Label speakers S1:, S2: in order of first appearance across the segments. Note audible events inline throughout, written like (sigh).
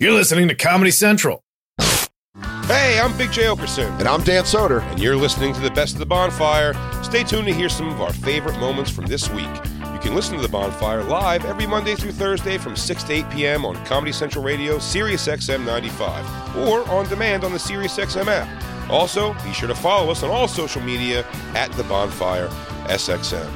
S1: You're listening to Comedy Central.
S2: Hey, I'm Big J. Okerson.
S3: And I'm Dan Soder.
S2: And you're listening to the best of the bonfire. Stay tuned to hear some of our favorite moments from this week. You can listen to the bonfire live every Monday through Thursday from 6 to 8 p.m. on Comedy Central Radio, Sirius XM 95, or on demand on the Sirius XM app. Also, be sure to follow us on all social media at the bonfire SXM.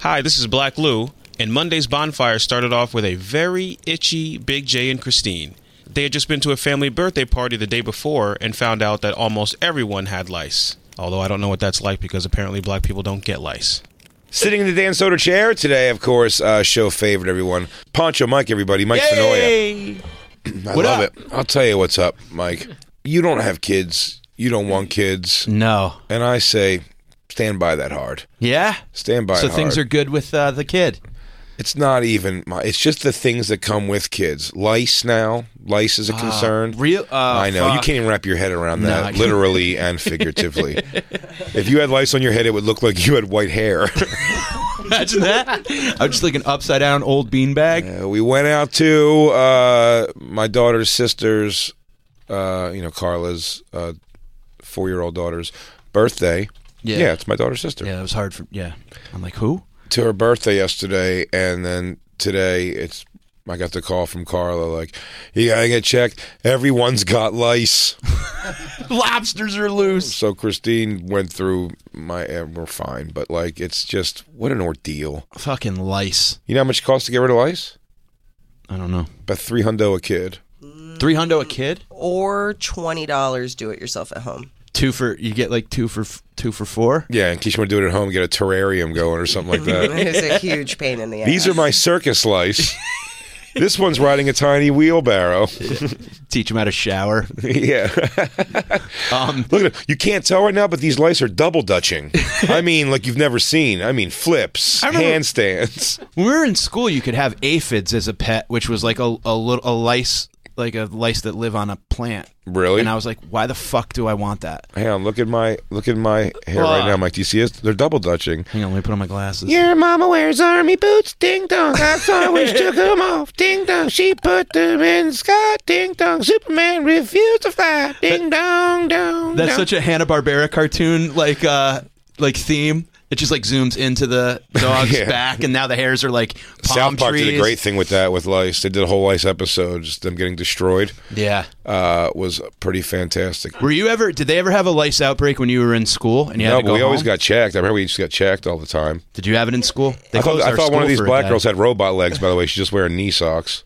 S4: Hi, this is Black Lou, and Monday's bonfire started off with a very itchy Big J and Christine. They had just been to a family birthday party the day before and found out that almost everyone had lice. Although I don't know what that's like because apparently black people don't get lice.
S2: Sitting in the Dan Soder chair today, of course, uh, show favorite everyone, Poncho Mike, everybody, Mike Fenoya. (clears throat) I
S4: What
S2: love
S4: up?
S2: it. I'll tell you what's up, Mike. You don't have kids. You don't want kids,
S5: No.
S2: and I say, stand by that hard.
S5: Yeah.
S2: Stand by.
S5: so
S2: hard.
S5: things are good with uh, the kid.
S2: It's not even my. It's just the things that come with kids. Lice now. Lice is a concern.
S5: Ah, real- oh,
S2: I know you
S5: fuck.
S2: can't even wrap your head around
S5: No, I
S2: that,
S5: can't.
S2: literally and figuratively.
S5: (laughs)
S2: if you had lice on your head, it would look like you had white
S5: (laughs)
S2: hair.
S5: Imagine that. (laughs) I'm just like an upside down old beanbag.
S2: Uh, we went out to uh, my daughter's sister's, uh, you know, Carla's uh, four-year-old daughter's birthday.
S5: Yeah.
S2: it's my daughter's sister.
S5: Yeah, that was hard for. Yeah. I'm like, who?
S2: to her birthday yesterday, and then today it's. I got the call from Carla like, you gotta get checked. Everyone's got lice. (laughs)
S5: Lobsters are loose.
S2: So Christine went through my, and we're fine, but like it's just what an ordeal.
S5: Fucking lice.
S2: You know how much it costs to get rid of lice?
S5: I don't know.
S2: About three hundo a kid.
S5: Three hundo a kid.
S6: or twenty dollars do it yourself at
S5: (laughs)
S6: home.
S5: Two for you get like two for f- two for four.
S2: Yeah, in case you want to do it at home, get a terrarium going or something like
S5: (laughs)
S2: that.
S6: It's a huge pain in the ass.
S2: These are my circus (laughs) lice. this one's riding a tiny wheelbarrow.
S5: Teach him how to shower.
S2: (laughs) yeah.
S5: Um,
S2: Look at it. You can't tell right now, but these lights are double (laughs) dutching. I mean, like you've never seen. I mean, flips,
S5: I remember-
S2: handstands.
S5: when we were in school, you could have aphids as a pet, which was like a, a little a lice, like a lice that live on a plant.
S2: Really?
S5: And I was like, why the fuck do I want that?
S2: Hang on, look at my look at my hair right
S5: Uh.
S2: now, Mike. Do you see it? They're double dutching.
S5: Hang on, let me put on my glasses.
S2: Your mama wears army boots, ding dong. I (laughs) always took them off, ding dong. She put them in the sky, ding dong. Superman refused to fly, ding dong, dong.
S5: That's
S2: dong.
S5: such a Hanna Barbera cartoon like uh like theme. It just like zooms into the
S2: (laughs)
S5: dog's
S2: Yeah.
S5: back, and now the hairs are like palm
S2: South Park
S5: trees.
S2: did a great thing with that with lice. They did a whole lice episode, just them getting destroyed.
S5: Yeah.
S2: Uh, was pretty fantastic.
S5: Were you ever? Did they ever have a lice outbreak when you were in school? And you had
S2: No,
S5: to
S2: but
S5: go
S2: we always
S5: home?
S2: got checked. I remember we just got checked all the time.
S5: Did you have it in school? They
S2: I thought,
S5: closed
S2: I
S5: our
S2: thought one
S5: school
S2: of these
S5: for a
S2: black
S5: day.
S2: girls had robot legs. By the way, she's just wearing knee socks.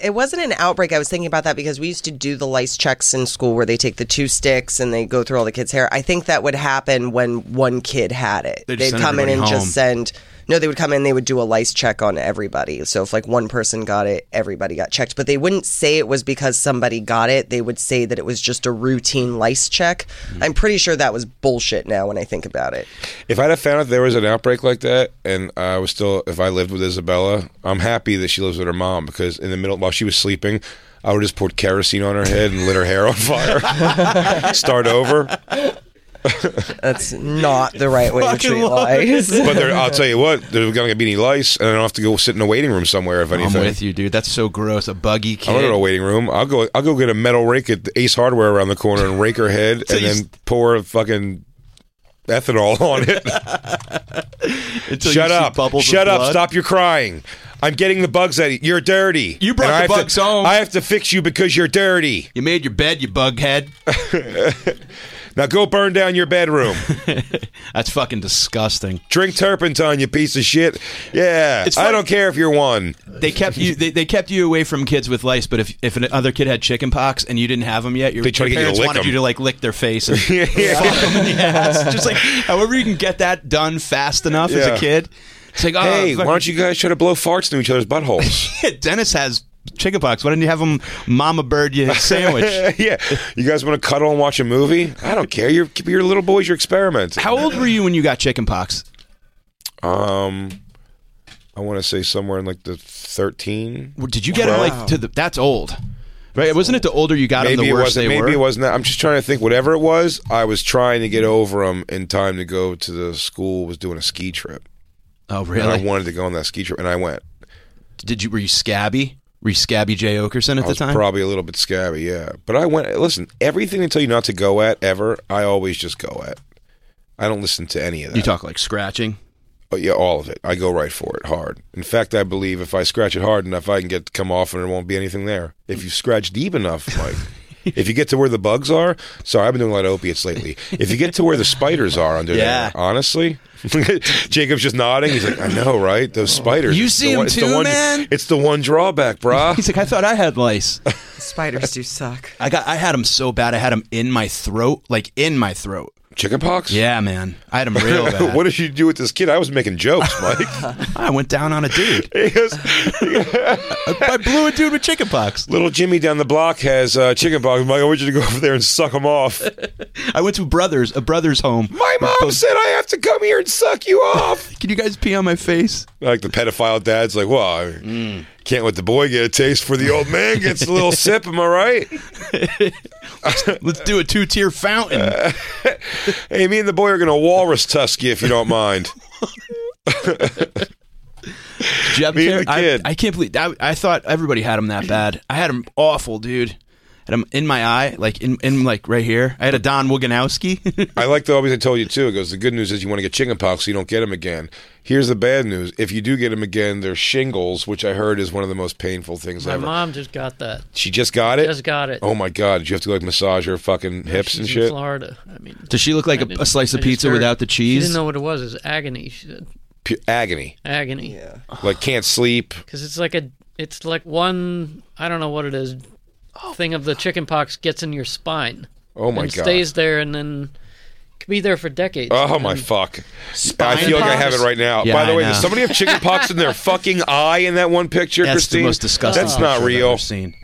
S6: It wasn't an outbreak. I was thinking about that because we used to do the lice checks in school where they take the two sticks and they go through all the kids' hair. I think that would happen when one kid had it.
S5: They'd
S6: They'd
S5: send
S6: come in and
S5: everybody home.
S6: just send. No, they would come in. They would do a lice check on everybody. So if like one person got it, everybody got checked. But they wouldn't say it was because somebody got it. They would say that it was just a routine lice check.
S5: Hmm.
S6: I'm pretty sure that was bullshit. Now when I think about it,
S2: If I'd have found out there was an outbreak like that, and I was still, if I lived with Isabella, I'm happy that she lives with her mom because in the middle, while she was sleeping, I would just poured kerosene on her head and lit her hair on fire. (laughs) Start over.
S6: that's not the right way to treat lice.
S2: (laughs) But there, I'll tell you what, there's going to be any lice, and I don't have to go sit in a waiting room somewhere if
S5: I'm
S2: anything.
S5: with you, dude. That's so gross. A buggy
S2: I
S5: kid.
S2: don't go to a waiting room. I'll go. I'll go get a metal rake at Ace Hardware around the corner and rake her head,
S5: (laughs) So
S2: and
S5: you
S2: then
S5: st-
S2: pour fucking ethanol (laughs) on it.
S5: Until you
S2: Shut
S5: see
S2: up!
S5: bubbles of
S2: Shut up!
S5: blood.
S2: Stop your crying. I'm getting the bugs out. of you. You're dirty.
S5: You brought
S2: And I
S5: the
S2: have to-
S5: bugs home.
S2: I have to fix you because you're dirty.
S5: You made your bed, you bug head.
S2: Now go burn down your
S5: (laughs)
S2: bedroom.
S5: That's fucking disgusting.
S2: Drink turpentine, you piece of shit. Yeah,
S5: It's
S2: I
S5: funny-
S2: don't care if you're
S5: (laughs)
S2: one.
S5: They kept you. They, they kept you away from kids with lice. But if if another kid had chicken pox and you didn't have them yet, your,
S2: They try to
S5: your
S2: get you to
S5: parents
S2: lick
S5: wanted
S2: 'em.
S5: you to like lick their face.
S2: (laughs)
S5: And fuck 'em in the ass. Just like however you can get that done fast enough as
S2: Yeah.
S5: a kid. It's like oh,
S2: hey, why
S5: fucking- (laughs)
S2: don't you guys try to blow farts into each other's buttholes? (laughs)
S5: Dennis has chickenpox. Why didn't you have them mama bird
S2: (laughs)
S5: your sandwich?
S2: yeah, you guys want to cuddle and watch a movie? I don't care. Your your little boys, your experiments.
S5: How old were you when you got chickenpox?
S2: Um, I want to say somewhere in like the thirteen.
S5: Did you get it like to the? That's old, right? Wasn't it the older you got them,
S2: Maybe it
S5: the worse they
S2: wasn't. Maybe
S5: were?
S2: it wasn't. That. I'm just trying to think. Whatever it was, I was trying to get over them in time to go to the school. Was doing a ski trip,
S5: Oh,
S2: and I
S5: really?
S2: wanted to go on that ski trip, and I went.
S5: Did you? Were you scabby? Were you scabby Jay Okerson at
S2: I
S5: the
S2: was
S5: time?
S2: probably a little bit scabby, yeah. But I went. Listen, everything they tell you not to go at ever, I always just go at. I don't listen to any of that.
S5: you talk like scratching.
S2: Oh, yeah, all of it. I go right for it hard. In fact, I believe if I scratch it hard enough, I can get to come off and there won't be anything there. If you scratch deep enough, Mike. If you get to where the bugs are, sorry, I've been doing a lot of opiates lately. If you get to where the spiders are under
S5: Yeah.
S2: there, honestly, (laughs) Jacob's just nodding. He's like, I know, right? Those spiders.
S5: You
S2: It's the
S5: see 'em
S2: one- it's the
S5: too,
S2: one-
S5: man?
S2: It's the one drawback,
S5: (laughs)
S2: brah.
S5: He's like, I thought I had lice.
S6: Spiders do suck.
S5: I got, I had them so bad. I had them in my throat, like in my throat.
S2: Chickenpox?
S5: Yeah, man, I had them real
S2: (laughs)
S5: bad.
S2: what did you do with this kid? I was making jokes, Mike.
S5: (laughs) I went down on a dude.
S2: He goes,
S5: I, I blew a dude with chickenpox.
S2: Little Jimmy down the block has uh, chickenpox. Mike, I want you to go over there and suck him off.
S5: I went to brothers, a brother's home.
S2: My mom said I have to come here and suck you off.
S5: Can you guys pee on my face?
S2: (laughs) like the pedophile dad's like, well, I can't let the boy get a taste for the old man gets a little sip. Am I right?
S5: Let's do a two-tier fountain.
S2: Uh, Hey, me and the boy are going to walrus tusk you if you don't mind.
S5: Did you have
S2: Me and the
S5: care-
S2: kid.
S5: I, I can't believe I, I thought everybody had them that bad. I had them awful, dude. Had them in my eye, like in, in like right here. I had a Don Woganowski. (laughs)
S2: I like the always I told you too. It goes, the good news is you want to get chickenpox so you don't get them again. Here's the bad news. If you do get them again, they're shingles, which I heard is one of the most painful things
S3: My
S2: ever.
S3: mom just got that.
S2: she just got it?
S3: Just got it.
S2: Oh my God. Did you have to like massage her fucking hips
S3: She's
S2: and
S3: in
S2: shit?
S3: Florida. I mean,
S5: Does she look like
S3: I
S5: a,
S3: didn't-
S5: a slice of
S3: I just
S5: pizza
S3: heard-
S5: without the
S3: She
S5: cheese?
S3: didn't know what it was. It was agony. She said
S2: Pure agony.
S3: agony.
S2: Like can't
S3: (sighs)
S2: sleep.
S3: because it's like a it's like one I don't know what it is thing of the chicken pox gets in your spine.
S2: Oh my
S3: and
S2: God.
S3: Stays there and then could be there for decades.
S2: Oh my fuck! I feel like I have it
S5: pox?
S2: right now.
S5: Yeah,
S2: By the
S5: I
S2: way,
S5: know.
S2: does somebody have chicken pox in
S5: (laughs)
S2: their fucking eye in that one picture,
S5: That's
S2: Christine?
S5: the most disgusting.
S2: That's not
S5: picture I've
S2: real.
S5: ever seen.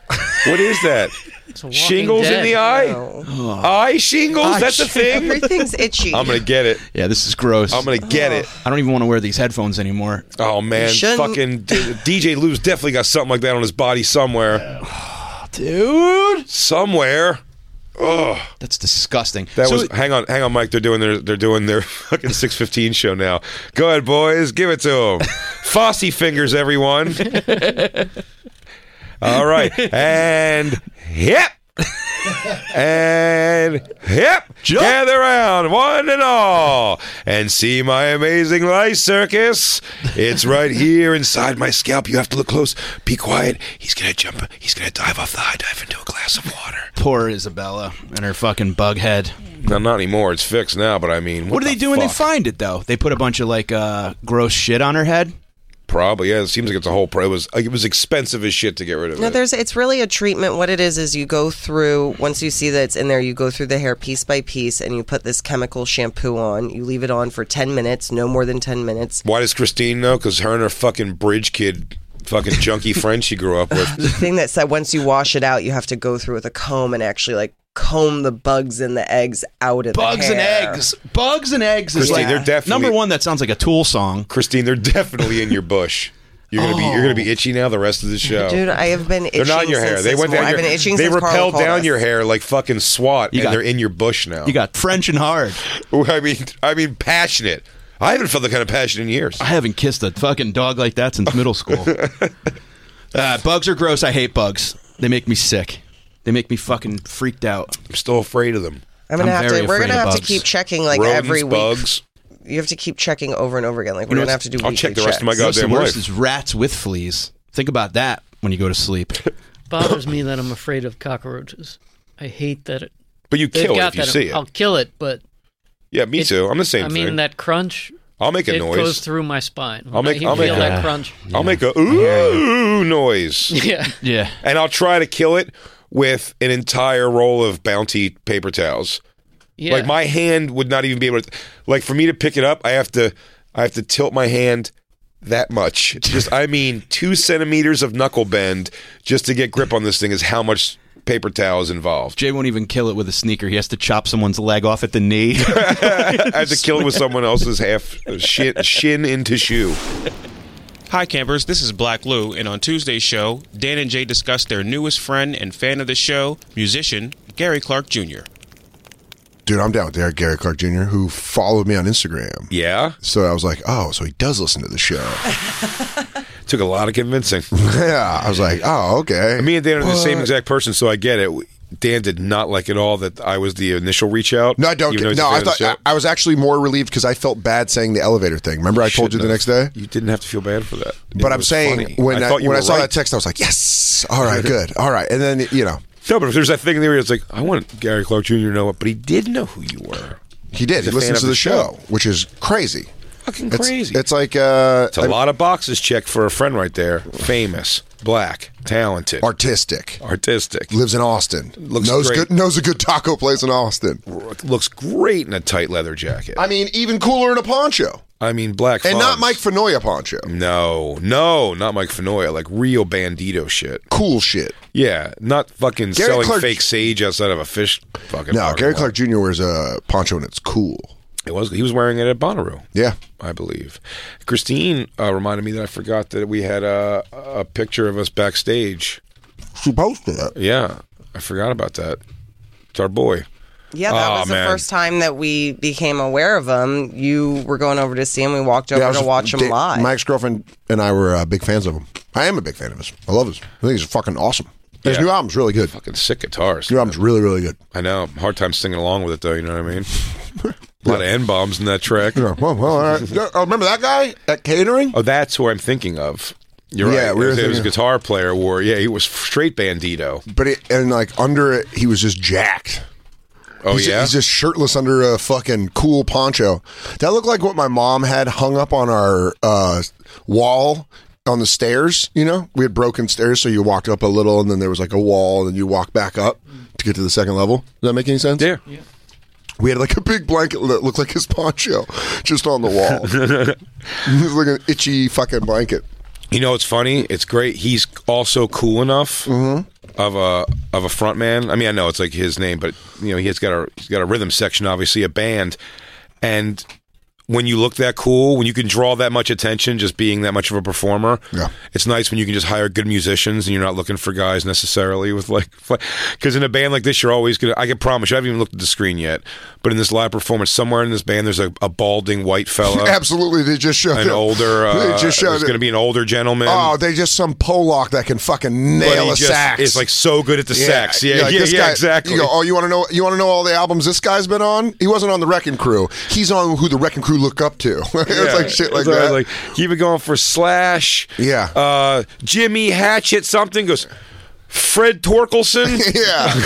S2: What is
S5: (laughs)
S2: that?
S3: It's a Walking
S2: Shingles in
S3: Dead.
S2: the eye?
S6: No.
S2: Eye shingles?
S5: Eye
S2: That's a thing.
S6: Everything's itchy.
S2: I'm gonna get it.
S5: Yeah, this is gross.
S2: I'm gonna get it.
S5: I don't even want to wear these headphones anymore.
S2: Oh man,
S6: shouldn't-
S2: fucking D- DJ Lou's definitely got something like that on his body somewhere.
S5: (sighs) Dude,
S2: Somewhere. Ugh.
S5: that's disgusting.
S2: That
S5: So-
S2: was hang on, hang on, Mike. They're doing their they're doing their (laughs) fucking six fifteen show now. Go ahead, boys, give it to them.
S5: (laughs)
S2: Fossy fingers, everyone. All right, and hip, and hip.
S5: Jump.
S2: Gather round, one and all, and see my amazing lice circus. It's right here inside my scalp. You have to look close. Be quiet. He's gonna jump. He's gonna dive off the high dive into a glass of water.
S5: poor Isabella and her fucking bug head.
S2: No, not anymore. It's fixed now, but I mean,
S5: What, do they
S2: the
S5: do when they
S2: fuck?
S5: find it though? They put a bunch of like uh, gross shit on her head.
S2: Probably, yeah. It seems like it's a whole. Pro- it was like, it was expensive as shit to get rid of
S6: No,
S2: it.
S6: there's it's really a treatment. What it is is you go through once you see that it's in there, you go through the hair piece by piece and you put this chemical shampoo on. You leave it on for ten minutes, no more than ten minutes.
S2: (laughs) Why does Christine know? Because her and her fucking bridge kid, fucking junkie
S5: (laughs)
S2: friend she grew up with.
S6: The thing that said once you wash it out, you have to go through with a comb and actually like comb the bugs and the eggs out of
S5: Bugs
S6: the
S5: and
S6: hair.
S5: eggs. Bugs and eggs is
S2: Christine,
S5: like
S2: they're definitely-
S5: number one. That sounds like a Tool song.
S2: Christine, they're definitely in your bush. You're gonna be you're gonna be itchy now the rest of the show.
S6: Oh. Dude, I have been itching.
S2: they're not in your
S6: since
S2: hair. They
S6: this
S2: went
S6: mor-
S2: down.
S6: I've
S2: Your,
S6: been itching
S2: they
S6: since Carl
S2: repelled
S6: called
S2: down
S6: us.
S2: your hair like fucking SWAT,
S5: You
S2: and
S5: got-
S2: they're in your bush now.
S5: You got French and hard.
S2: (laughs) I mean, I mean, passionate. I haven't felt that kind of passion in years.
S5: I haven't kissed a fucking dog like that since middle (laughs) school. uh, bugs are gross. I hate bugs. They make me sick. They make me fucking freaked out.
S2: I'm still afraid of them.
S6: I'm gonna
S5: I'm
S6: have
S5: very
S6: to. We're
S5: afraid
S6: gonna
S5: of
S6: have to
S5: bugs.
S6: keep checking like
S2: Rodents,
S6: every week.
S2: bugs.
S6: You have to keep checking over and over again. Like we're
S5: know
S6: gonna have
S5: what's-
S6: to do.
S2: I'll
S6: weekly
S2: check the rest of my
S6: checks.
S2: God
S5: What's the
S2: damn right.
S5: worst is rats with fleas. Think about that when you go to sleep.
S3: Bothers me that I'm afraid of cockroaches. I hate that it.
S2: But you
S3: They've
S2: kill it
S3: got
S2: if you
S3: that.
S2: see it.
S3: I'll kill it, but
S2: yeah, me
S3: it-
S2: too. I'm the same
S3: I
S2: thing.
S3: mean that crunch.
S2: I'll make a
S3: it
S2: noise.
S3: goes through my spine. When
S2: I'll make-
S3: I hear-
S2: I'll make
S3: feel
S2: a-
S3: that crunch. (laughs)
S2: I'll make a ooh noise,
S3: Yeah,
S5: (laughs) Yeah.
S2: and I'll try to kill it with an entire roll of Bounty paper towels.
S3: yeah.
S2: Like my hand would not even be able to. Like for me to pick it up, I have to. I have to tilt my hand that much. Just I mean, two centimeters of knuckle bend just to get grip on this thing is how much paper towel is involved.
S5: Jay won't even kill it with a sneaker. He has to chop someone's leg off at the (laughs) knee.
S2: I have to kill it with someone else's half shin, shin into shoe.
S4: Hi, campers. This is Black Lou, and on Tuesday's show, Dan and Jay discussed their newest friend and fan of the show, musician Gary Clark Jr.
S7: Dude, I'm down with Derek Gary Clark Jr., who followed me on Instagram.
S2: Yeah,
S7: So I was like, oh, so he does listen to the show.
S2: took a lot of convincing.
S7: yeah. I was like, oh, okay.
S2: Me and Dan are the same exact person, so I get it. Dan did not like at all that I was the initial reach out.
S7: no, I don't.
S2: even though
S7: Get,
S2: he's a
S7: no,
S2: fan
S7: I
S2: of the
S7: thought
S2: show.
S7: I, I was actually more relieved because I felt bad saying the elevator thing. Remember, I told you the next day.
S2: You didn't have to feel bad for that. It
S7: But I'm
S2: was
S7: saying
S2: funny.
S7: when I,
S2: thought you
S7: when I
S2: were
S7: saw
S2: right.
S7: that text, I was like, yes, all right, good, all right. And then you know,
S2: No, but if there's that thing in there, it's like I want Gary Clark Jr. to know it, but he did know who you were.
S7: he did.
S2: He's
S7: He
S2: a fan
S7: listens
S2: of
S7: to
S2: the
S7: the,
S2: show.
S7: show, which is crazy.
S2: Fucking
S7: It's,
S2: crazy.
S7: it's like uh,
S2: It's a lot of boxes checked for a friend right there. Famous, black, talented,
S7: artistic.
S2: artistic.
S7: Lives in Austin.
S2: Looks
S7: knows
S2: great.
S7: good. Knows a good taco place in Austin.
S2: Looks great in a tight leather jacket.
S7: I mean, even cooler in a poncho,
S2: I mean, black
S7: and not
S2: Fonz.
S7: Mike Fenoya poncho.
S2: No, no, not Mike Fenoya. Like real bandito shit.
S7: Cool shit.
S2: Yeah, not fucking
S7: Gary
S2: selling
S7: Clark-
S2: fake sage outside of a fish fucking.
S7: No,
S2: parking
S7: Gary
S2: lot.
S7: Clark Jr. wears a poncho and it's cool.
S2: It was he was wearing it at Bonnaroo.
S7: Yeah.
S2: I believe. Christine uh, reminded me that I forgot that we had a, a picture of us backstage.
S7: She posted it.
S2: Yeah, I forgot about that. It's our boy.
S6: Yeah, that
S2: Aw,
S6: was the
S2: man.
S6: first time that we became aware of him. You were going over to see him. We walked over
S7: I
S6: to
S7: was-
S6: watch him
S7: Da-
S6: live.
S7: Mike's girlfriend and I were uh, big fans of him. I am a big fan of his. I love his. I think he's fucking awesome. His
S2: Yeah.
S7: new album's really good.
S2: Fucking sick guitars.
S7: New album's really, really good.
S2: I know. Hard time singing along with it though. You know what
S7: (laughs)
S2: I mean? a lot of n bombs in that track.
S7: Yeah, well, well, all right. Yeah, oh, remember that guy at catering?
S2: Oh, that's who I'm thinking of. You're
S7: Yeah,
S2: right.
S7: we were
S2: It was a
S7: thinking-
S2: guitar player. War. Yeah, he was straight bandito.
S7: But it, and like under it, he was just jacked.
S2: Oh
S7: he's,
S2: yeah.
S7: he's just shirtless under a fucking cool poncho. That looked like what my mom had hung up on our uh, wall on the stairs. You know, we had broken stairs, so you walked up a little, and then there was like a wall, and then you walk back up to get to the second level. Does that make any sense?
S2: yeah.
S7: We had like a big blanket that looked like his poncho just on the wall. it was like an itchy fucking blanket.
S2: You know, it's funny. It's great. He's also cool enough
S7: Mm-hmm.
S2: of a of a front man. I mean, I know it's like his name, but you know, he's got a he's got a rhythm section, obviously a band, and when you look that cool, when you can draw that much attention, just being that much of a performer,
S7: Yeah.
S2: it's nice when you can just hire good musicians and you're not looking for guys necessarily with like, (laughs) because in a band like this, you're always gonna. I can promise you, I haven't even looked at the screen yet, but in this live performance, somewhere in this band, there's a, a balding white fella.
S7: (laughs) Absolutely, they just showed
S2: uh, An
S7: him.
S2: older,
S7: (laughs) They
S2: uh,
S7: just showed
S2: there's
S7: him.
S2: going to be an older gentleman.
S7: Oh, they just some Pollock that can fucking
S2: But
S7: nail
S2: he
S7: a
S2: just
S7: sax.
S2: is like so good at the sax. Yeah,
S7: you're
S2: yeah,
S7: like,
S2: yeah,
S7: this guy-
S2: exactly.
S7: You go, oh, you want to know? You want to know all the albums this guy's been on? He wasn't on the Wrecking Crew. He's on who the Wrecking Crew look up to. (laughs) it's
S2: Yeah.
S7: like shit like
S2: So I
S7: that.
S2: was Like he been going for Slash.
S7: Yeah.
S2: Uh, Jimmy Hatchet something goes. Fred
S7: (laughs)
S2: Torkelson.
S7: yeah.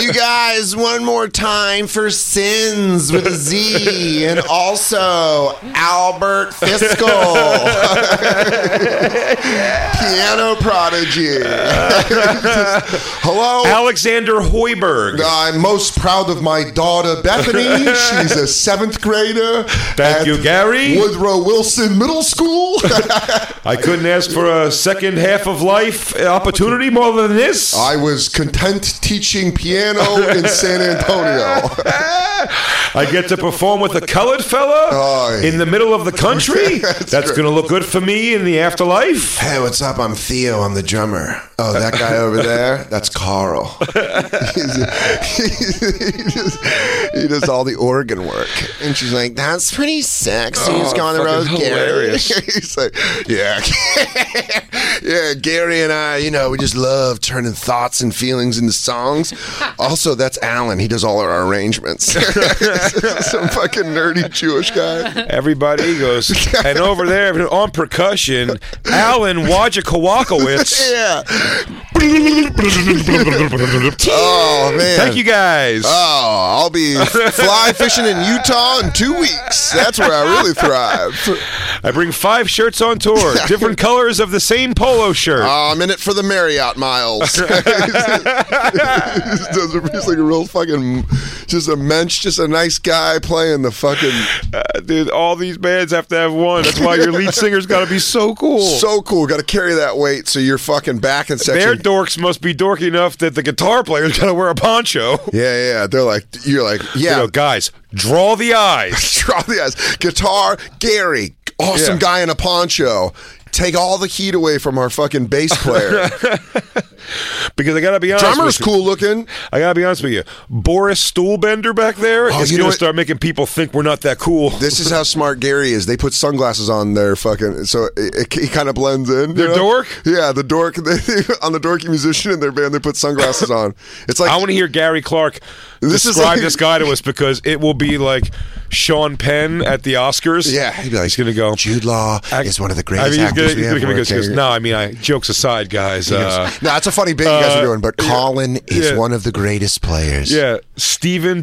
S7: you guys, one more time for sins with a (laughs) Z, and also Albert Fiscal, (laughs) piano prodigy. Just, Hello,
S2: Oh." Alexander Hoiberg.
S7: I'm most proud of my daughter Bethany. She's a seventh grader.
S2: Thank you, Gary.
S7: Woodrow Wilson Middle School.
S2: I couldn't ask for a second half of life uh, opportunity more than this.
S7: I was content teaching piano in San (laughs) Antonio.
S2: (laughs) I get to perform with a colored fella
S7: Oh, yeah.
S2: in the middle of the
S7: (laughs)
S2: country.
S7: That's
S2: That's
S7: true.
S2: going to look good for me in
S7: (laughs)
S2: the afterlife.
S7: hey, what's up? I'm Theo. I'm the drummer. Oh, that guy over there? That's Carl. he, does, he does all the organ work. And she's like, that's pretty sexy. He's going on the road,
S2: Oh, fucking hilarious.
S7: Gary. (laughs) He's like, yeah. yeah, Gary and I, Uh, you know, we just love turning thoughts and feelings into songs.
S2: (laughs)
S7: Also, that's Alan. He does all our arrangements. (laughs) Some fucking nerdy Jewish guy.
S2: Everybody goes, and (laughs) over there on percussion, Alan Wajakowakowicz.
S7: Yeah. oh man!
S2: Thank you guys.
S7: Oh, I'll be fly fishing in Utah in two weeks. That's where I really thrive.
S2: I bring five shirts on
S7: (laughs)
S2: tour, different colors of the same polo shirt.
S7: Oh, I'm in it for the Marriott miles. Those are just like a real fucking, just a mensch, just a nice guy playing the fucking
S2: Uh, dude, all these bands have to have one. That's why your lead singer's got to be so cool.
S7: so cool. Got to carry that weight, so you're fucking back in section.
S2: Their dorks must be dorky enough that the guitar player's got to wear a poncho.
S7: yeah, yeah. They're like, you're like, yeah. (laughs)
S2: You know, guys, draw the eyes.
S7: Draw the eyes. Guitar, Gary, awesome
S2: Yeah.
S7: guy in a poncho. Take all the heat away from our fucking
S2: (laughs)
S7: bass player.
S2: Because I got to be honest
S7: Drummer's
S2: with you.
S7: cool looking.
S2: I gotta be honest with you, Boris Stoolbender back there
S7: Oh,
S2: is
S7: you know
S2: gonna
S7: what-
S2: start making people think we're not that cool.
S7: This is how smart Gary is. They put sunglasses on their fucking, so it, it, he kind of blends in. you
S2: Their
S7: know?
S2: dork?
S7: Yeah, the dork. (laughs) on the dorky musician in their band, they put sunglasses on. It's like
S2: I want to hear Gary Clark
S7: This is
S2: describe
S7: like-
S2: this guy to us because it will be like Sean Penn at the Oscars.
S7: Yeah, he'd be like,
S2: he's gonna go.
S7: Jude Law
S2: I-
S7: is one of the
S2: I
S7: greatest
S2: mean, he's
S7: actors
S2: gonna,
S7: we
S2: he's
S7: have
S2: gonna come in, he goes,
S7: working.
S2: No, I mean, I, jokes aside, guys. Uh,
S7: no, that's a funny bit you guys
S2: uh,
S7: are doing, but Colin is
S2: yeah.
S7: one of the greatest players.
S2: yeah, Stephen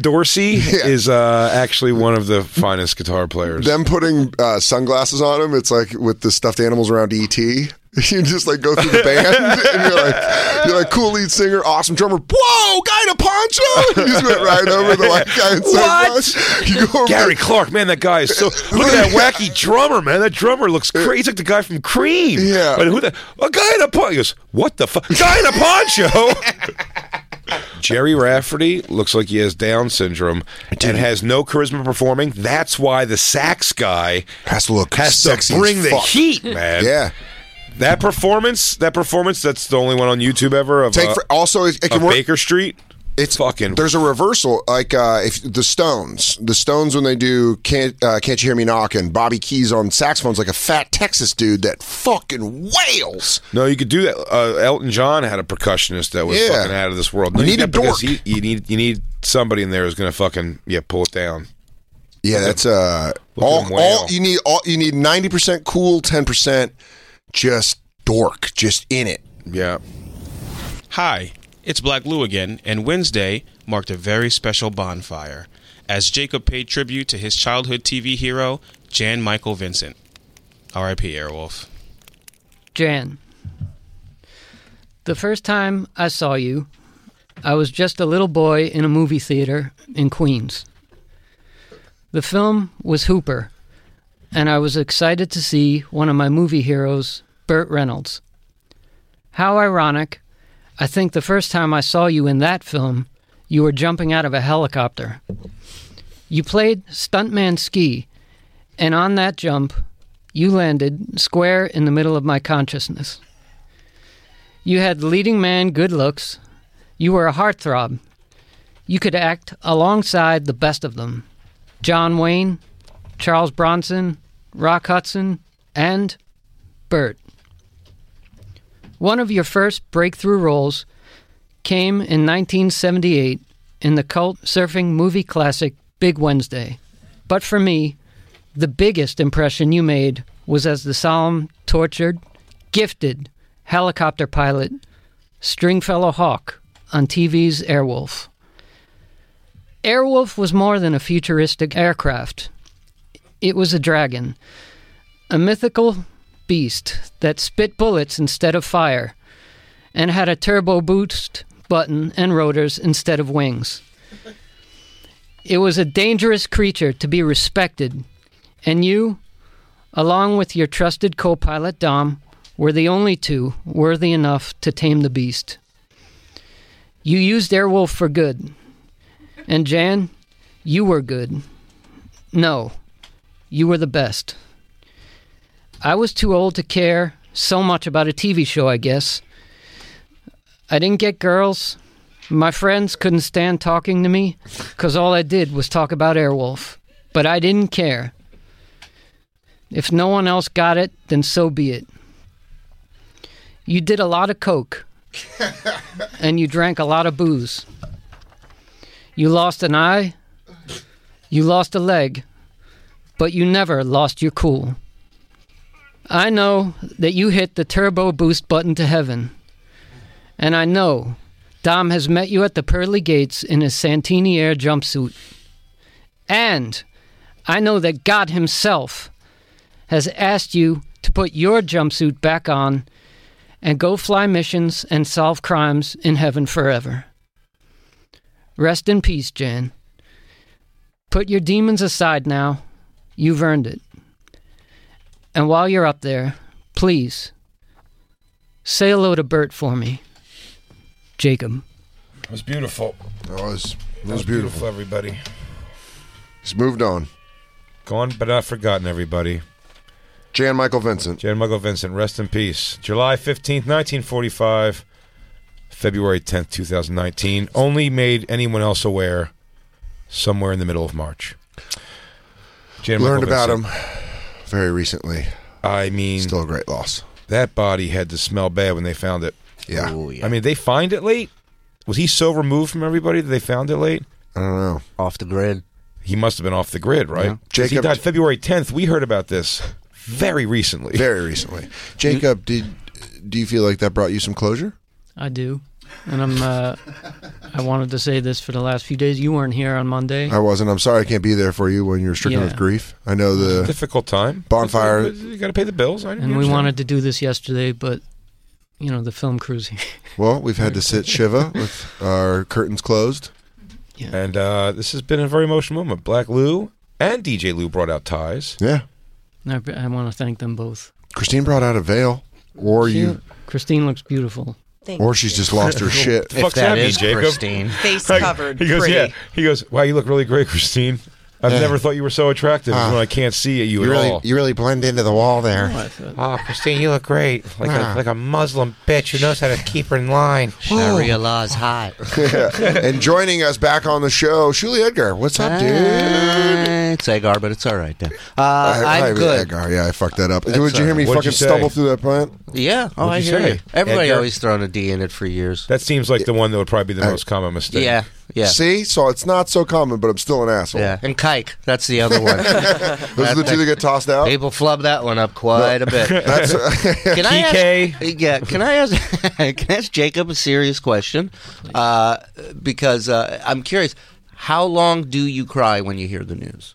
S7: (laughs)
S2: Dorsey is uh, actually one of the finest guitar players.
S7: Them putting uh, sunglasses on him, it's like with the stuffed animals around ET. (laughs) You just like go through the band, (laughs) and you're like, you're like cool lead singer, awesome drummer. (laughs) Whoa, guy in a poncho! (laughs) You just went right over
S2: (laughs)
S7: the (laughs) like guy in sunglasses. You go over
S2: Gary
S7: the-
S2: Clark, man, that
S7: (laughs)
S2: guy is so. Look at that wacky drummer, man. That drummer looks crazy. He's like the guy from Cream.
S7: Yeah.
S2: But who the. A guy in a poncho. He goes, what the fuck? Guy in a
S7: (laughs)
S2: poncho? Jerry Rafferty looks like he has Down syndrome and has no charisma performing. That's why the sax guy
S7: Has to look
S2: has
S7: sexy
S2: to
S7: as
S2: bring the
S7: fuck.
S2: heat, man.
S7: Yeah.
S2: That performance, that performance, that's the only one on YouTube ever of,
S7: Take
S2: uh,
S7: for, also it, it
S2: of
S7: can work.
S2: Baker Street.
S7: It's
S2: fucking.
S7: There's a reversal, like uh, if the Stones, the Stones when they do "Can't uh, Can't You Hear Me Knocking," Bobby Keys on saxophones like a fat Texas dude that fucking wails.
S2: No, you could do that. Uh, Elton John had a percussionist that was
S7: Yeah.
S2: fucking out of this world. No,
S7: You need
S2: can't
S7: a
S2: because
S7: dork.
S2: He, you need you need somebody in there who's gonna fucking yeah pull it down.
S7: Yeah, that's uh,
S2: at
S7: all,
S2: him wail.
S7: all you need. All you need ninety percent cool, ten percent just dork, just in it.
S2: Yeah,
S4: Hi, it's Black Lou again, and Wednesday marked a very special bonfire as Jacob paid tribute to his childhood TV hero, Jan Michael Vincent. R.I.P. Airwolf.
S3: Jan, the first time I saw you, I was just a little boy in a movie theater in Queens. The film was Hooper, and I was excited to see one of my movie heroes, Burt Reynolds. How ironic, I think the first time I saw you in that film, you were jumping out of a helicopter. You played Stuntman Ski, and on that jump, you landed square in the middle of my consciousness. You had leading man good looks. You were a heartthrob. You could act alongside the best of them John Wayne, Charles Bronson, Rock Hudson, and Burt. One of your first breakthrough roles came in 1978 in the cult surfing movie classic Big Wednesday. But for me, the biggest impression you made was as the solemn, tortured, gifted helicopter pilot Stringfellow Hawk on TV's Airwolf. Airwolf was more than a futuristic aircraft, it was a dragon, a mythical beast that spit bullets instead of fire and had a turbo boost button and rotors instead of wings. It was a dangerous creature to be respected and you, along with your trusted co pilot Dom, were the only two worthy enough to tame the beast. You used Airwolf for good. And Jan, you were good. No, you were the best. I was too old to care so much about a TV show, I guess. I didn't get girls. My friends couldn't stand talking to me because all I did was talk about Airwolf. But I didn't care. If no one else got it, then so be it. You did a lot of coke and you drank a lot of booze. You lost an eye, you lost a leg, but you never lost your cool. I know that you hit the turbo boost button to heaven, And I know Dom has met you at the pearly gates in his Santini Air jumpsuit. And I know that God Himself has asked you to put your jumpsuit back on and go fly missions and solve crimes in heaven forever. Rest in peace, Jan. Put your demons aside now. You've earned it. And while you're up there, please say hello to Bert for me. Jacob.
S1: It was beautiful.
S7: That was, that
S2: That
S7: was beautiful.
S2: everybody.
S7: He's moved on.
S2: Gone but not forgotten, everybody.
S7: Jan Michael Vincent.
S2: Jan Muggle Vincent, rest in peace. July 15th, 1945. February 10th, 2019. Only made anyone else aware somewhere in the middle of March. Jan
S7: Learned
S2: Michael
S7: about
S2: Vincent.
S7: him very recently.
S2: I mean,
S7: Still a great loss.
S2: that body had to smell bad when they found it.
S7: Yeah.
S8: Oh,
S2: I mean, they find it late? Was he so removed from everybody that they found it late?
S7: I don't know.
S8: Off the grid.
S2: He must have been off the grid, right?
S7: Yeah.
S2: 'Cause he
S7: Jacob-
S2: died February 10th. We heard about this very recently.
S7: Very recently. Jacob, did do you feel like that brought you some closure?
S3: I do. And I'm uh I wanted to say this for the last few days. You weren't here on Monday.
S7: I wasn't. I'm sorry I can't be there for you when you're stricken
S3: Yeah.
S7: with grief. I know the
S2: difficult time.
S7: Bonfire.
S2: You got to pay the bills. I
S3: and we wanted to do this yesterday, but you know, the film crews here.
S7: well, we've had to sit Shiva with our curtains closed.
S2: And uh, this has been a very emotional moment. Black Lou and DJ Lou brought out ties.
S7: Yeah.
S3: I, I want to thank them both.
S7: Christine brought out a veil. Or you
S3: Christine looks beautiful.
S7: or she's just lost
S2: (laughs)
S3: (laughs)
S7: her shit.
S8: If
S2: Fuck's
S8: that
S2: happening,
S8: is
S2: Jacob? (laughs)
S8: Christine.
S6: Face
S2: Like,
S6: covered.
S2: He goes,
S6: pretty.
S2: yeah. He goes, wow, you look really great, Christine. I've
S7: Yeah.
S2: never thought you were so attractive
S7: Ah.
S2: when I can't see you
S7: You
S2: at
S7: really
S2: all.
S7: you really blend into the wall there.
S2: Ah, Christine, you look great. Like
S7: Ah.
S2: like a Muslim bitch who knows how to keep her in line.
S8: Sharia law is
S7: (laughs)
S8: hot.
S7: and joining us back on the show, Shuli Edgar. What's up, dude?
S8: Ah, It's Agar, but it's all right then. Uh,
S7: I- I-
S8: I'm good.
S7: Edgar, yeah, I fucked that up. Did
S8: That's
S7: you hear me
S2: all right. What'd
S7: fucking
S2: you say?
S7: stumble through that plant?
S8: Yeah. Oh,
S2: What'd
S8: I
S2: you
S8: hear
S2: say?
S8: you. Everybody
S2: Edgar?
S8: always thrown a D in it for years.
S2: That seems like the one that would probably be the most common mistake.
S8: Yeah. Yeah.
S7: See, so it's not so common, but I'm still an asshole.
S8: Yeah. And Kike. That's the other (laughs) one.
S7: Those are the two that get tossed out.
S8: People flub that one up quite a
S7: (laughs)
S8: bit.
S7: That's uh,
S8: (laughs) Can I
S2: TK.
S8: ask, yeah, can I ask (laughs) can I ask Jacob a serious question? Uh, because uh, I'm curious, how long do you cry when you hear the news?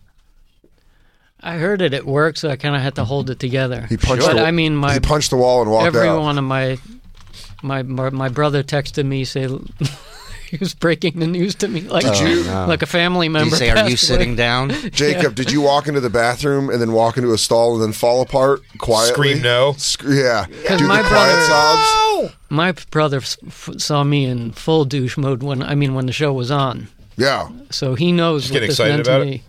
S3: I heard it at work, so I kind of had to hold it together.
S7: he punched.
S3: but
S7: The,
S3: I mean, my
S7: he punched the wall and walked
S3: every
S7: out.
S3: one of my my my my brother texted me say (laughs) he was breaking the news to me like
S7: Did you-
S8: Oh,
S3: like a family
S8: Do
S3: member.
S8: you say, are you
S3: passed away."
S8: sitting down?
S7: Jacob, did you walk into the bathroom and then walk into a stall and then fall apart quietly?
S2: Scream no.
S7: Sc- yeah. Do
S3: my
S7: the quiet
S3: brother-
S7: sobs.
S3: My brother f- f- saw me in full douche mode when I mean when the show was on,
S7: Yeah.
S3: so he knows
S2: Just
S3: what
S2: get
S3: this
S2: excited
S3: meant to
S2: about it?
S3: me.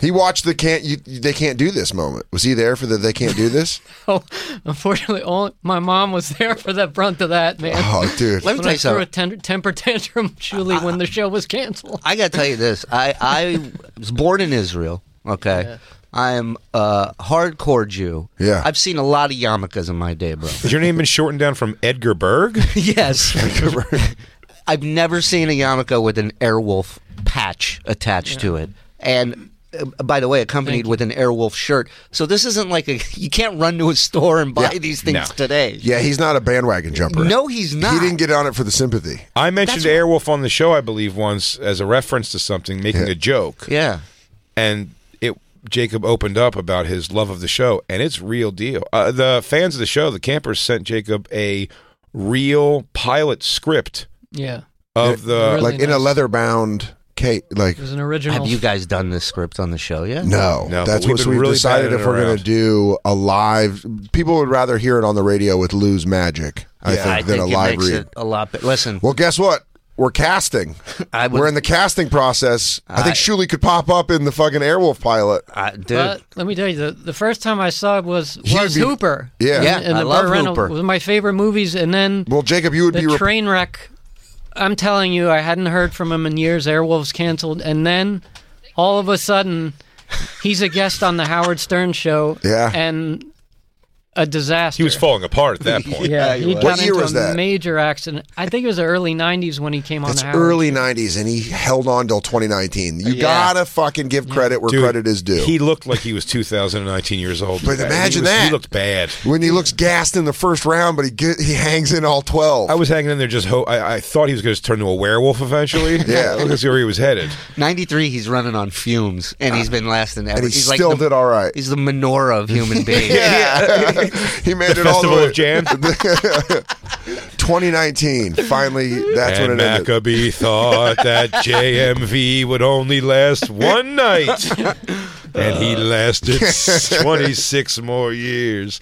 S7: He watched the can't. You, they can't do this moment. Was he there for the they can't do this?
S3: (laughs) Oh, unfortunately, all, my mom was there for the brunt of that man.
S7: Oh, dude.
S8: Let me
S3: when
S8: tell
S3: I
S8: you
S3: threw a
S8: something.
S3: ten- temper tantrum, (laughs) Julie, when the show was canceled.
S8: I got to tell you this. I, I was born in Israel, okay? I'm a hardcore Jew.
S7: Yeah.
S8: I've seen a lot of yarmulkes in my day, bro.
S2: Has your name been shortened down from
S7: (laughs)
S2: Edgar Berg?
S8: (laughs) yes. (laughs) I've never seen a yarmulke with an airwolf patch attached to it. And uh, by the way, accompanied with an airwolf shirt. So this isn't like a (laughs) you can't run to a store and buy
S7: Yeah.
S8: these things
S2: No.
S8: today.
S7: Yeah, he's not a bandwagon jumper.
S8: No, he's not.
S7: He didn't get on it for the sympathy.
S2: I mentioned
S8: That's-
S2: Airwolf on the show, I believe, once as a reference to something, making
S7: Yeah.
S2: a joke.
S8: Yeah.
S2: and it Jacob opened up about his love of the show, and it's real deal. Uh, the fans of the show, the campers, sent Jacob a real pilot script
S3: Yeah,
S2: of the.
S3: Really?
S7: like in a
S3: nice.
S7: leather bound cape. Like
S3: it was an original.
S8: Have you guys done this script on the show yet?
S7: no,
S2: No,
S7: that's
S2: but we've
S7: what
S2: been
S7: we've
S2: really
S7: decided.
S2: batting
S7: If
S2: it
S7: we're going to
S2: around.
S7: do a live, people would rather hear it on the radio with Lou's magic. I think
S8: I
S7: than
S8: think
S7: a
S8: it
S7: live
S8: makes
S7: read.
S8: it a lot better. Listen,
S7: Well, guess what? We're casting.
S8: (laughs) I would-
S7: We're in the casting process. I, think
S8: I-
S7: Shuli could pop up in the fucking Airwolf pilot.
S8: I, dude,
S3: But Uh, let me tell you, the, the first time I saw it was
S7: He
S3: was
S7: would be-
S3: Hooper.
S7: Yeah.
S8: Yeah,
S3: and
S8: I
S3: the
S8: love
S3: Burt Reynolds
S8: Hooper.
S3: was my favorite movies, and then
S7: Well, Jacob, you would
S3: the
S7: be. Rep-
S3: train wreck. I'm telling you, I hadn't heard from him in years. Airwolves canceled, and then all of a sudden, he's a guest on the Howard Stern show.
S7: Yeah.
S3: and a disaster.
S2: He was falling apart at
S7: (laughs)
S2: that point.
S3: Yeah, he
S7: was.
S3: got
S7: What year
S3: into
S7: was
S3: a
S7: that?
S3: major accident. I think it was the early '90s when he came on.
S7: It's
S3: the Howard.
S7: early '90s, and he held on till 2019. You gotta fucking give credit where
S2: Dude,
S7: credit is due.
S2: He looked like he was 2019 years old.
S7: But imagine
S2: He was-
S7: that.
S2: He looked bad.
S7: when he looks gassed in the first round, but he get, he hangs in all 12.
S2: I was hanging in there just ho- I, I thought he was going to turn to a werewolf eventually.
S7: (laughs) Yeah.
S2: (laughs) That's where he was headed.
S8: 93, he's running on fumes, and he's been lasting ever.
S7: and he
S8: he's
S7: still
S8: like the,
S7: did all right.
S8: He's the menorah
S7: (laughs)
S8: of human
S7: (laughs)
S8: beings.
S7: Yeah. he made it
S8: (laughs)
S7: all the
S2: Festival
S7: way.
S2: of Jan.
S7: (laughs) 2019. Finally, that's
S2: and
S7: when it ended.
S2: Maccabee thought that
S7: (laughs)
S2: JMV would only last one
S7: (laughs)
S2: night, and he lasted 26 more years.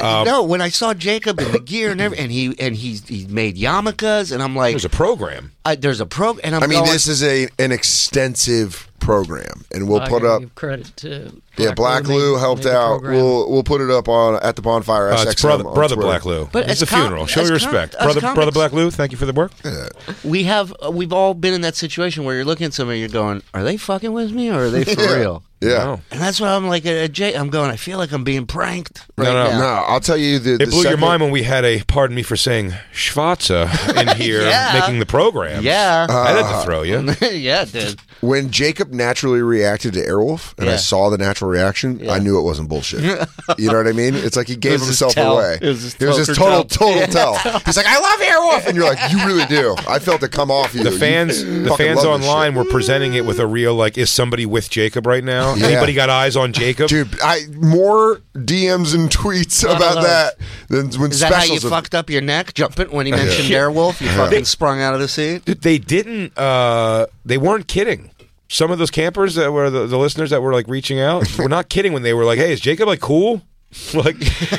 S2: Um,
S8: no, when I saw Jacob in the gear and every, and he and he he made yarmulkes, and I'm like,
S2: There's a program.
S8: I, there's a pro, and I'm
S7: I mean,
S8: going,
S7: this is a an extensive program, and we'll
S3: I
S7: put
S3: gotta
S7: up.
S3: give credit to
S7: Yeah, Black
S3: made-
S7: Lou helped
S3: made the
S7: out.
S3: program.
S7: We'll we'll put it up on at the bonfire.
S2: Uh,
S7: SXM
S2: it's brother,
S7: on
S2: brother
S7: Twitter.
S2: Black Lou.
S8: But
S2: it's
S8: as
S2: a
S8: com-
S2: funeral. Show
S8: as
S2: your
S8: com-
S2: respect,
S8: as
S2: brother. Brother
S8: comics-
S2: Black Lou. Thank you for the work.
S8: we have uh, we've all been in that situation where you're looking at somebody, you're going, are they fucking with me or (laughs) are they for
S7: (laughs)
S8: real?
S7: Yeah.
S2: No.
S8: And that's why I'm like, uh, uh, Jake, I'm going, I feel like I'm being pranked.
S7: (laughs)
S8: Right
S2: no,
S8: now.
S7: No, Uh, I'll tell you the. the
S2: It blew your
S7: second-
S2: mind when we had a, pardon me for saying, Schwarza
S7: (laughs)
S2: in here
S8: Yeah.
S2: making the program.
S8: Yeah. (laughs)
S2: I had
S7: Uh,
S2: to throw you.
S8: yeah, dude.
S7: when Jacob naturally reacted to Airwolf, and I
S8: Yeah.
S7: saw the natural reaction. I knew it wasn't
S8: (laughs)
S7: bullshit. you know what I mean? It's like he gave
S8: was his
S7: himself
S8: tell.
S7: away.
S8: It was his
S7: his total,
S8: tell.
S7: total
S8: (laughs)
S7: tell. He's like, I love Airwolf, and you're like, you really do. I felt it come off you.
S2: The
S7: You
S2: fans, the
S7: fucking
S2: fans
S7: love this
S2: online
S7: shit.
S2: were presenting it with a real like, is somebody with Jacob right now?
S7: Yeah.
S2: Anybody got eyes on Jacob?
S7: Dude, I more DMs and tweets about
S3: love.
S7: that than when
S8: Is that how you
S7: specials.
S8: fucked up your neck jumping when he mentioned Airwolf? You
S7: (laughs)
S8: fucking sprung out of the seat.
S2: Dude, they didn't. Uh, they weren't kidding. Some of those campers that were the, the listeners that were like reaching
S7: (laughs)
S2: out were not kidding when they were like, "Hey, is Jacob like cool? (laughs) like,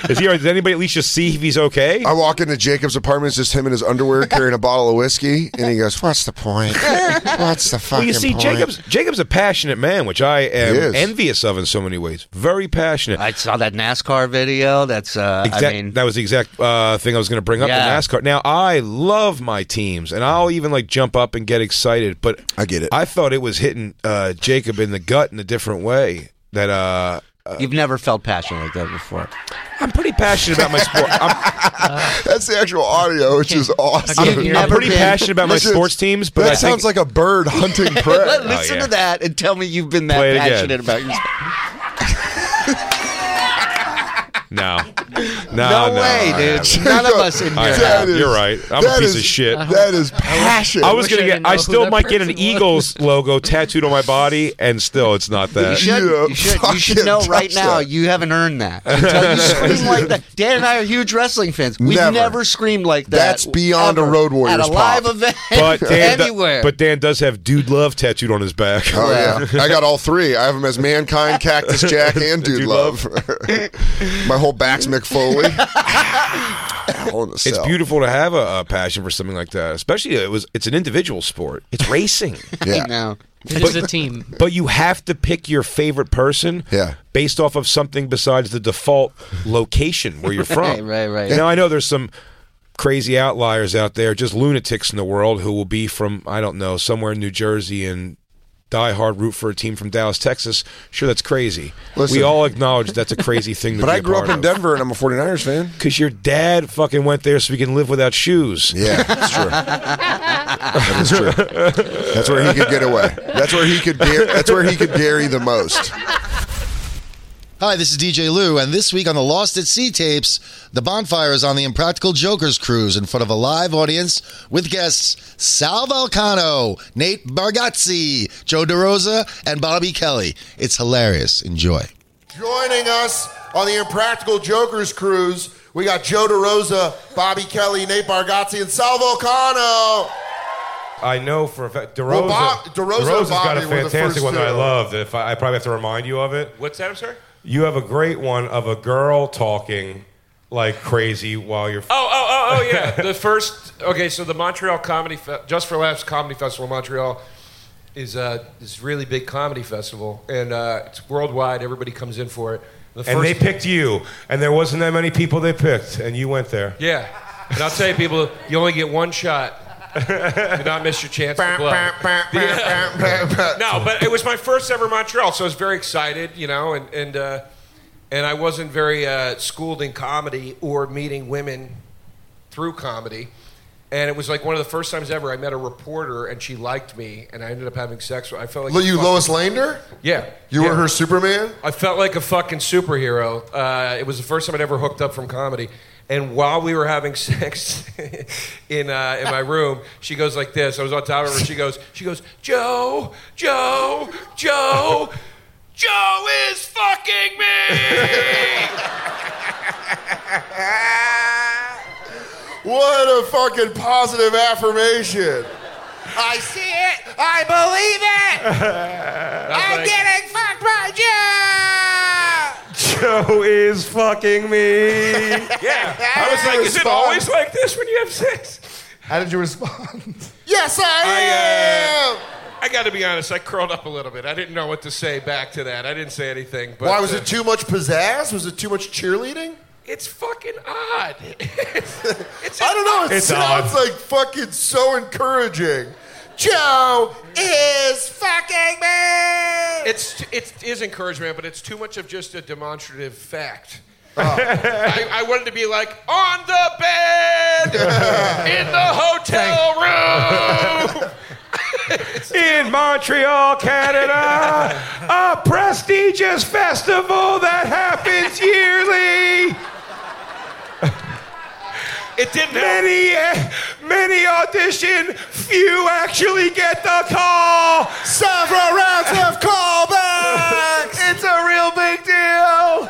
S2: is he? Does anybody at least just see if he's okay?"
S7: I walk into Jacob's apartment, it's just him in his underwear
S2: (laughs)
S7: carrying a bottle of whiskey, and he goes, "What's the point? What's the fucking
S2: Well, you see,
S7: point?"
S2: Jacob's Jacob's a passionate man, which I
S7: He
S2: am
S7: is.
S2: envious of in so many ways. Very passionate.
S8: I saw that NASCAR video. That's uh, I
S2: Exact-
S8: mean,
S2: that was the exact uh, thing I was going to bring up
S8: Yeah.
S2: in NASCAR. Now I love my teams, and I'll even like jump up and get excited. But
S7: I get it.
S2: I thought it was hitting uh, Jacob in the gut in a different way. That uh,
S8: you've never felt passion like that before.
S2: I'm pretty passionate about my sport.
S8: (laughs)
S2: I'm,
S7: That's the actual audio, which is awesome.
S8: You've
S3: I'm
S2: I'm
S8: never
S2: pretty
S8: been-
S2: passionate about my
S7: Listen,
S2: sports teams, but
S7: that
S2: I
S7: sounds
S2: think
S7: like a bird hunting
S8: Let-
S7: prey.
S8: Oh, Listen
S2: yeah.
S8: to that and tell me you've been that
S2: Play it again.
S8: passionate about your.
S2: (laughs)
S8: (laughs)
S2: no, no,
S8: No,
S2: no,
S8: way,
S2: I
S8: dude.
S2: haven't.
S8: None of us in here.
S2: I
S8: have.
S7: That is-
S2: You're right. I'm a
S7: that
S2: piece
S7: is-
S2: of shit.
S7: That is passion.
S2: I was
S3: wish
S2: gonna
S3: I
S2: get.
S3: didn't know
S2: I
S3: who
S2: still
S3: that
S2: might get an
S3: person was.
S2: Eagles logo tattooed on my body, and still, it's not
S8: You
S2: that.
S8: should,
S7: Yeah,
S8: you should, you should
S7: fucking
S8: know right
S7: touch
S8: now
S7: that.
S8: you haven't earned that.
S7: (laughs)
S8: Until you scream like that. Dan and I are huge wrestling fans. We've
S7: Never.
S8: never, screamed like that.
S7: That's beyond a
S8: ever
S7: Road Warriors
S8: At a live
S7: pop.
S8: event
S2: But Dan, do-
S8: anywhere.
S2: but Dan does have dude love tattooed on his back.
S7: Oh
S2: (laughs)
S7: yeah, I got all three. I have them as mankind, cactus jack, and dude,
S2: Dude
S7: love. (laughs) My whole back's
S2: (laughs)
S7: McFoley. Hell in a
S2: It's
S7: cell.
S2: beautiful to have a, a passion for something like that, especially it was. It's an individual sport. It's
S7: (laughs)
S2: racing,
S7: Yeah.
S8: no.
S3: It is a team.
S2: but you have to pick your favorite person.
S7: Yeah.
S2: Based off of something besides the default location where you're from.
S8: (laughs) Right, right, right.
S2: Now I know there's some crazy outliers out there, just lunatics in the world who will be from I don't know somewhere in New Jersey and die hard root for a team from Dallas, Texas. Sure, that's crazy.
S7: Listen.
S2: we all acknowledge that's a crazy thing.
S7: (laughs)
S2: To
S7: But
S2: be
S7: I
S2: a
S7: grew up
S2: part
S7: in
S2: of.
S7: Denver, and I'm a 49ers fan.
S2: Because your dad fucking went there so we can live without shoes.
S7: Yeah, that's true. that is true. That's where he could get away. That's where he could. Dare, that's where he could dairy the most.
S9: Hi, this is DJ Lou, and this week on the Lost at Sea tapes, the bonfire is on the Impractical Jokers cruise in front of a live audience with guests Sal Volcano, Nate Bargatze, Joe DeRosa, and Bobby Kelly. It's hilarious. Enjoy.
S7: Joining us on the Impractical Jokers cruise, we got Joe DeRosa, Bobby Kelly, Nate Bargatze, and Sal Volcano.
S2: I know for a fact. DeRosa,
S7: Well, Bob- DeRosa and
S2: DeRosa's got
S7: Bobby
S2: a
S7: were the
S2: fantastic
S7: first
S2: one that I
S7: two.
S2: love. If I, I probably have to remind you of it. What's that, I'm sorry? You have a great one of a girl talking like crazy while you're.
S10: Oh, oh, oh, oh,
S2: (laughs)
S10: yeah. the first, okay, so the Montreal Comedy, Fe- Just for Laughs Comedy Festival in Montreal is uh, this really big comedy festival, and uh, it's worldwide. Everybody comes in for it. The
S2: and they picked you, and there wasn't that many people they picked, and you went there.
S10: Yeah. And I'll tell you, people, you only get one shot. Do not miss your chance to blow. no, but it was my first ever Montreal, so I was very excited, you know, and, and uh, and I wasn't very uh, schooled in comedy or meeting women through comedy. And it was like one of the first times ever I met a reporter, and she liked me, and I ended up having sex. with I felt like
S7: Lo-
S10: a
S7: you
S10: fucking-
S7: Lois Lander?
S10: Yeah,
S7: You were
S10: Yeah.
S7: her Superman?
S10: I felt like a fucking superhero. Uh, it was the first time I'd ever hooked up from comedy. And while we were having (laughs) sex in uh, in my room, she goes like this. I was on top of her. She goes, she goes, Joe, Joe, Joe, Joe is fucking
S7: (laughs) What a fucking positive affirmation.
S11: I see it. I
S10: (laughs)
S11: believe it. I'm
S10: me.
S11: getting fucked by Joe.
S10: Joe is fucking me. yeah, I
S11: (laughs)
S10: was like, is it
S11: Respond.
S10: always like this when you have sex?
S7: How did you respond?
S11: Yes, I,
S10: I, uh, I got to be honest. I curled up a little bit. I didn't know what to say back to that. I didn't say anything. But
S7: Why was
S10: uh,
S7: it too much pizzazz? Was it too much cheerleading?
S10: It's fucking odd. (laughs)
S7: I don't know. It
S11: It's
S7: sounds like fucking so encouraging. Joe is fucking me.
S10: It's it is encouragement, but it's too much of just a demonstrative fact. (laughs) I, I wanted to be like on the
S11: (laughs)
S10: bed in the hotel room.
S11: (laughs) In
S10: (laughs)
S11: Montreal, Canada, a prestigious festival that
S10: (laughs)
S11: happens yearly.
S10: It didn't
S11: many, eh, many audition, few actually get the call. Several rounds of callbacks. (laughs) it's a real big deal.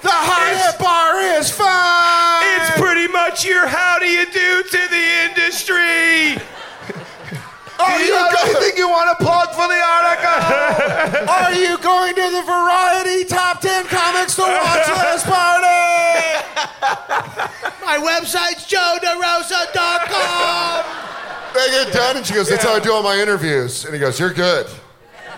S11: The highest bar is fun. It's pretty much your how do you do to the industry.
S7: Are you got anything
S11: Oh, you want to plug for the article? Are you going to the Variety Top 10 Comics to Watch List Party? My website's joederosa.com.
S7: They get done, and she goes, "That's how I do all my interviews." And he goes, "You're good.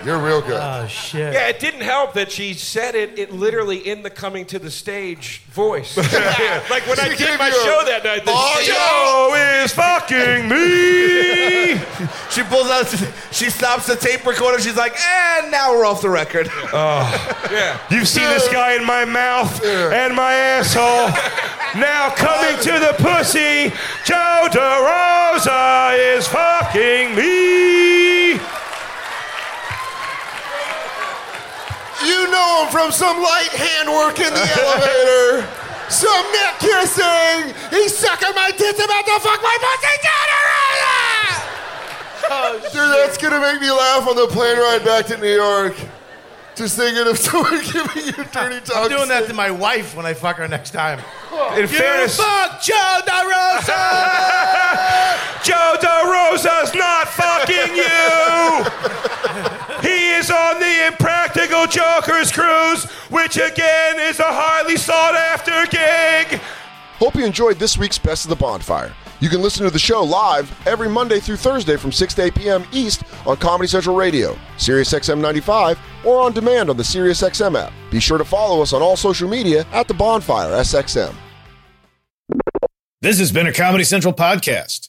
S7: You're real good." Oh shit.
S10: Yeah, it didn't help that she said it, it literally in the coming to the stage
S7: (laughs)
S10: voice. like when I
S11: She
S10: did
S11: gave
S10: my
S11: you a-
S10: show that night, the
S11: Oh,
S10: show is fucking me.
S7: (laughs)
S11: she pulls out, she stops the tape recorder. She's like,
S7: "Eh,
S11: and now we're off the record.
S10: yeah.
S11: You've seen this guy in my mouth and my asshole. Now coming to the pussy, Joe DeRosa is fucking me.
S7: You know him from some light handwork in the elevator, some neck kissing. He's sucking my tits about to fuck my pussy. (laughs) Dude, that's gonna make me laugh on the plane ride back to New York. Just thinking of (laughs) someone giving you dirty talk.
S12: I'm doing that to my wife when I fuck her next time.
S11: In fairness-
S12: fuck Joe DeRosa!
S11: (laughs) Joe DeRosa's not
S7: (laughs)
S11: fucking you. He is on the Impractical Jokers cruise, which again is a highly sought after gig.
S7: Hope you enjoyed this week's Best of the uh, Bonfire. You can listen to the show live every Monday through Thursday from 6 to 8 p.m. East on Comedy Central Radio, SiriusXM 95, or on demand on the SiriusXM app. Be sure to follow us on all social media at The Bonfire SXM.
S1: This has been a Comedy Central podcast.